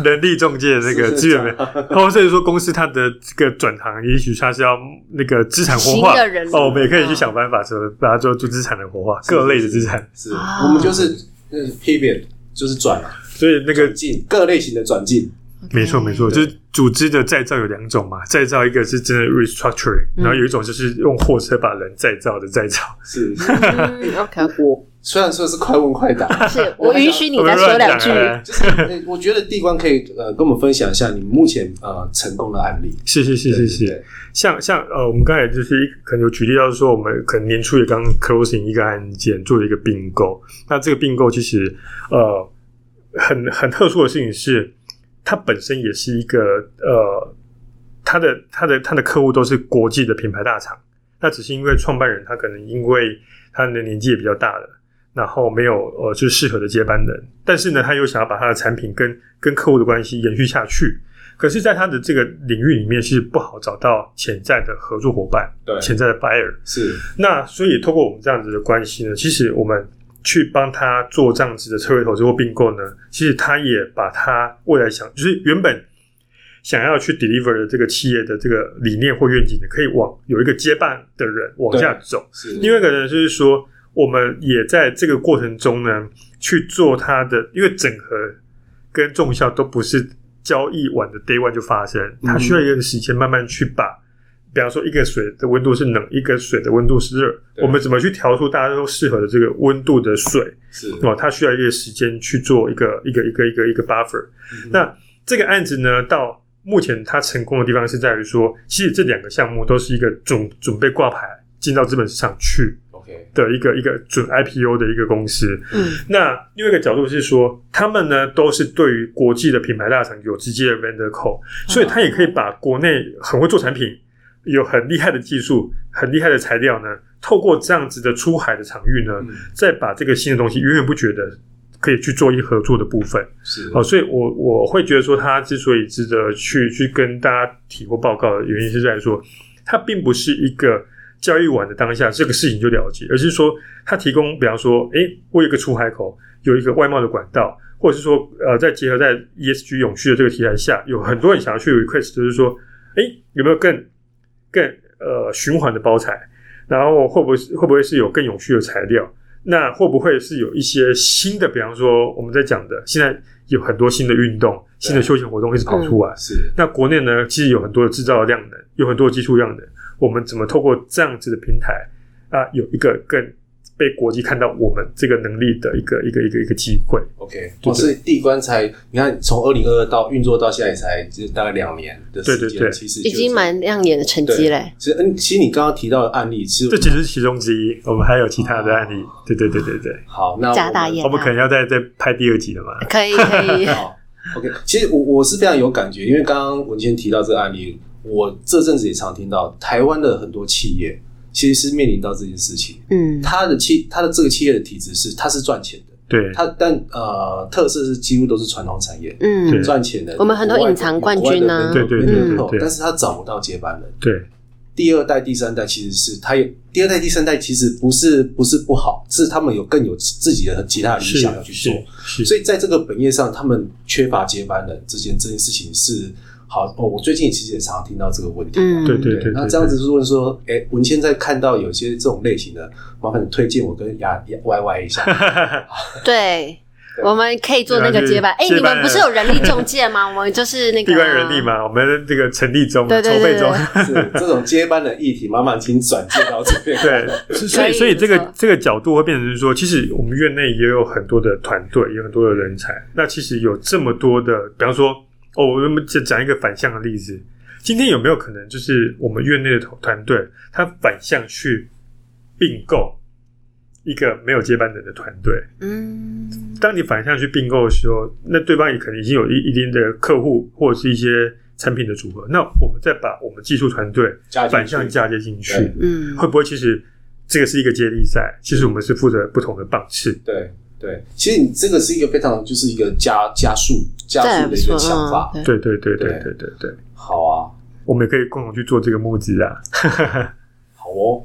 [SPEAKER 1] 人力中介那个
[SPEAKER 2] 是
[SPEAKER 1] 资源没
[SPEAKER 2] 是这样
[SPEAKER 1] 然后所以说公司它的这个转行，也许它是要那个资产活化
[SPEAKER 3] 新的人力
[SPEAKER 1] 哦，我们也可以去想办法说把它做做资产的活化，各类的资产。
[SPEAKER 2] 是
[SPEAKER 3] 啊
[SPEAKER 2] 我们就是呃 pivot，就是转
[SPEAKER 1] 所以那个
[SPEAKER 2] 转进各类型的转进，
[SPEAKER 1] 没错没错，就是组织的再造有两种嘛，再造一个是真的 restructuring，、
[SPEAKER 3] 嗯
[SPEAKER 1] 然后有一种就是用货车把人再造的再造。
[SPEAKER 2] 是。
[SPEAKER 3] 嗯，OK，
[SPEAKER 2] 我虽然说是快问快 答，
[SPEAKER 3] 是我允许你再说两句
[SPEAKER 1] 我。们乱讲啊
[SPEAKER 2] 就是呃我觉得地关可以呃跟我们分享一下你目前呃成功的案例。
[SPEAKER 1] 是是是是是，
[SPEAKER 2] 对，
[SPEAKER 1] 像像呃，我们刚才就是一可能有举例到说，我们可能年初也刚 closing 一个案件，做了一个并购。那这个并购其实呃很很特殊的事情是，它本身也是一个呃，它的它的它的客户都是国际的品牌大厂。那只是因为创办人他可能因为他的年纪也比较大了，然后没有呃就是适合的接班人，但是呢，他又想要把他的产品跟跟客户的关系延续下去。可是，在他的这个领域里面是不好找到潜在的合作伙伴、
[SPEAKER 2] 对
[SPEAKER 1] 潜在的 buyer。
[SPEAKER 2] 是
[SPEAKER 1] 那所以，透过我们这样子的关系呢，其实我们去帮他做这样子的策略投资或并购呢，其实他也把他未来想，就是原本想要去 deliver 的这个企业的这个理念或愿景呢，可以往有一个接班的人往下走。
[SPEAKER 2] 是，
[SPEAKER 1] 另外一个呢，就是说，我们也在这个过程中呢，去做它的，因为整合跟重效都不是交易晚的 day one 就发生，它需要一个时间慢慢去把，比方说一个水的温度是冷，一个水的温度是热，
[SPEAKER 2] 对
[SPEAKER 1] 我们怎么去调出大家都适合的这个温度的水
[SPEAKER 2] 是
[SPEAKER 1] 哦，它需要一个时间去做一个一个一个一个一个 buffer。那
[SPEAKER 2] 嗯
[SPEAKER 1] 这个案子呢，到目前它成功的地方是在于说，其实这两个项目都是一个准准备挂牌进到资本市场去
[SPEAKER 2] OK
[SPEAKER 1] 的一个一个准 IPO 的一个公司。
[SPEAKER 3] 嗯
[SPEAKER 1] 那另外一个角度是说，他们呢都是对于国际的品牌大厂有直接的 vendor call，所以他也可以把国内很会做产品、有很厉害的技术、很厉害的材料呢，透过这样子的出海的场域呢，
[SPEAKER 2] 嗯
[SPEAKER 1] 再把这个新的东西源源不绝的可以去做一些合作的部分。
[SPEAKER 2] 是
[SPEAKER 1] 哦，所以我我会觉得说，它之所以值得去去跟大家提或报告的原因是在于说，它并不是一个教育完的当下这个事情就了结，而是说它提供，比方说，诶，我有一个出海口，有一个外贸的管道，或者是说，呃，再结合在 ESG 永续的这个题材下，有很多人想要去 request，就是说，诶，有没有更更呃循环的包材？然后会不会是会不会是有更永续的材料？那会不会是有一些新的，比方说我们在讲的，现在有很多新的运动、新的休闲活动一直跑出来。
[SPEAKER 2] 是
[SPEAKER 1] 那国内呢，其实有很多的制造量能，有很多的技术量能，我们怎么透过这样子的平台啊，有一个更被国际看到我们这个能力的一个一个一个一个机会？
[SPEAKER 2] OK，
[SPEAKER 1] 对
[SPEAKER 2] 我是地关才，你看从二零二二到运作到现在才就是大概两年的时间，
[SPEAKER 1] 对对对
[SPEAKER 2] 其实就
[SPEAKER 3] 已经蛮亮眼的成绩嘞。
[SPEAKER 2] 其实嗯，其实你刚刚提到的案例，其实
[SPEAKER 1] 这只是其中之一，我们还有其他的案例。对对对对对，
[SPEAKER 2] 好，那我
[SPEAKER 3] 加大
[SPEAKER 2] 们
[SPEAKER 3] 业
[SPEAKER 1] 我们可能要再再拍第二集了嘛？
[SPEAKER 3] 可以 可以，
[SPEAKER 2] 好，OK，其实我我是非常有感觉，因为刚刚文谦提到这个案例，我这阵子也常听到台湾的很多企业其实是面临到这件事情，
[SPEAKER 3] 嗯，
[SPEAKER 2] 它的企它的这个企业的体制是它是赚钱的，
[SPEAKER 1] 对，
[SPEAKER 2] 它但呃特色是几乎都是传统产业。
[SPEAKER 1] 对
[SPEAKER 3] 嗯，
[SPEAKER 2] 赚钱的，
[SPEAKER 3] 我们很多隐藏冠军
[SPEAKER 2] 国
[SPEAKER 3] 啊
[SPEAKER 2] 外的
[SPEAKER 1] 对对对
[SPEAKER 2] 人口
[SPEAKER 1] 对对
[SPEAKER 2] 但是他找不到接班人。
[SPEAKER 1] 对，
[SPEAKER 2] 第二代、第三代其实是他有第二代、第三代其实不是不是不好，是他们有更有自己的其他的理
[SPEAKER 1] 是
[SPEAKER 2] 想要去做。
[SPEAKER 1] 是，
[SPEAKER 2] 所
[SPEAKER 1] 是
[SPEAKER 2] 以在这个本业上，他们缺乏接班人之间这件事情是好。哦，我最近其实也常听到这个问题。
[SPEAKER 3] 嗯，
[SPEAKER 1] 对对对
[SPEAKER 2] 那这样子是问说，哎、文谦在看到有些这种类型的，麻烦你推荐我跟雅雅 Y Y 一下。
[SPEAKER 3] 对
[SPEAKER 2] 对
[SPEAKER 3] 我们可以做那个接班。
[SPEAKER 1] 对
[SPEAKER 3] 哎，
[SPEAKER 1] 啊就是
[SPEAKER 3] 你
[SPEAKER 1] 接班
[SPEAKER 3] 们不是有人力中 介吗？我们就是那个
[SPEAKER 1] 地关人力？嘛，我们这个成立中，
[SPEAKER 3] 对
[SPEAKER 1] 筹
[SPEAKER 3] 对对
[SPEAKER 1] 备中
[SPEAKER 3] 对。
[SPEAKER 2] 是这种接班的议题，麻烦请转介到这边。
[SPEAKER 1] 对，所
[SPEAKER 3] 可
[SPEAKER 1] 以
[SPEAKER 3] 以
[SPEAKER 1] 所以这
[SPEAKER 3] 没
[SPEAKER 1] 个
[SPEAKER 3] 错
[SPEAKER 1] 这个角度会变成是说，其实我们院内也有很多的团队，有很多的人才。那其实有这么多的，比方说，哦，我们讲讲一个反向的例子，今天有没有可能就是我们院内的团团队，他反向去并购一个没有接班人的团队？
[SPEAKER 3] 嗯，
[SPEAKER 1] 当你反向去并购的时候，那对方也可能已经有一一定的客户或者是一些产品的组合，那我们再把我们技术团队
[SPEAKER 2] 加进 去
[SPEAKER 1] 反向嫁接进去
[SPEAKER 2] 对。
[SPEAKER 3] 嗯
[SPEAKER 1] 会不会其实这个是一个接力赛？其实我们是负责不同的棒次。
[SPEAKER 2] 对对，其实你这个是一个非常就是一个加加速加
[SPEAKER 3] 这样也
[SPEAKER 2] 速的一个
[SPEAKER 3] 不错
[SPEAKER 2] 想法。
[SPEAKER 3] 嗯，对嗯
[SPEAKER 1] 对对对对
[SPEAKER 2] 对
[SPEAKER 1] 对对对，
[SPEAKER 2] 好啊，
[SPEAKER 1] 我们也可以共同去做这个募资啊。
[SPEAKER 2] 好哦，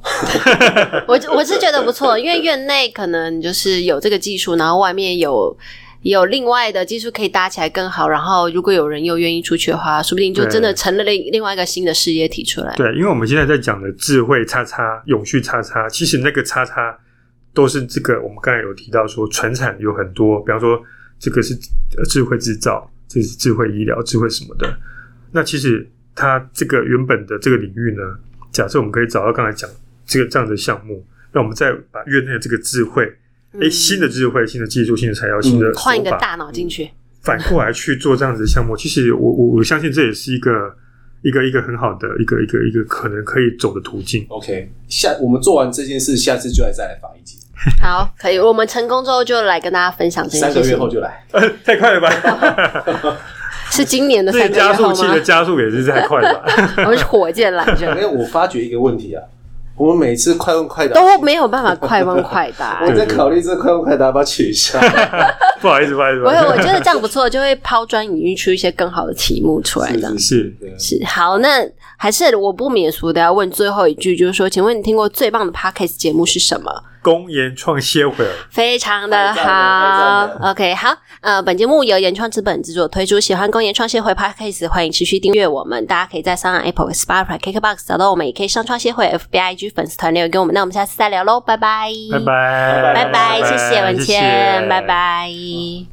[SPEAKER 3] 我我是觉得不错，因为院内可能就是有这个技术，然后外面有。有另外的技术可以搭起来更好，然后如果有人又愿意出去的话，说不定就真的
[SPEAKER 1] 对
[SPEAKER 3] 成了另另外一个新的事业体出来。
[SPEAKER 1] 对，因为我们现在在讲的智慧叉叉、永续叉叉，其实那个叉叉都是这个我们刚才有提到说，船产有很多，比方说这个是呃智慧制造，这是智慧医疗、智慧什么的。那其实它这个原本的这个领域呢，假设我们可以找到刚才讲这个这样的项目，那我们再把院内的这个智慧
[SPEAKER 3] 嗯
[SPEAKER 1] 诶，新的智慧、新的技术、新的材料、新的手法
[SPEAKER 3] 换一个大脑进去，
[SPEAKER 1] 反过来去做这样子的项目，其实我我我相信这也是一个一个一个很好的一个一个一个可能可以走的途径。
[SPEAKER 2] OK，下我们做完这件事，下次就来再来访一集，
[SPEAKER 3] 好，可以。我们成功之后就来跟大家分享这件
[SPEAKER 2] 三
[SPEAKER 3] 事情。
[SPEAKER 2] 个月后就来。
[SPEAKER 1] 呃， 太快了吧！
[SPEAKER 3] 是今年的
[SPEAKER 1] 这
[SPEAKER 3] 三
[SPEAKER 1] 个
[SPEAKER 3] 个月
[SPEAKER 1] 加
[SPEAKER 3] 后
[SPEAKER 1] 速器的
[SPEAKER 3] 吗？
[SPEAKER 1] 加速也是太快了 吧？
[SPEAKER 3] 我们是火箭来
[SPEAKER 2] 没
[SPEAKER 3] 着，
[SPEAKER 2] 哎有，我发觉一个问题啊，我们每次快问快答
[SPEAKER 3] 都没有办法快问快 答。
[SPEAKER 2] 我在考虑这个快问快答要不要取消。
[SPEAKER 1] 不好意思，不好意思，不
[SPEAKER 3] 我
[SPEAKER 1] 好意
[SPEAKER 3] 有，
[SPEAKER 1] 思
[SPEAKER 3] 我觉得这样不错，就会抛砖引玉，出一些更好的题目出来。这样
[SPEAKER 2] 是
[SPEAKER 1] 是
[SPEAKER 2] 对
[SPEAKER 3] 是好，那还是我不免俗的要问最后一句，就是说，请问你听过最棒的 podcast 节目是什么？
[SPEAKER 1] 公研创歇会儿，
[SPEAKER 3] 非常的
[SPEAKER 2] 太赞了
[SPEAKER 3] 好
[SPEAKER 2] 太赞
[SPEAKER 3] ，OK，好，呃，本节目由原创资本制作推出，喜欢公研创协会 Podcast，欢迎持续订阅我们，大家可以在上 Apple、Spotify、KKBox 找到我们，也可以上创协会 FBIG 粉丝团留言给我们，那我们下次再聊喽，拜拜，
[SPEAKER 1] 拜拜
[SPEAKER 3] 拜拜，谢谢文谦，
[SPEAKER 1] 谢谢
[SPEAKER 3] 拜拜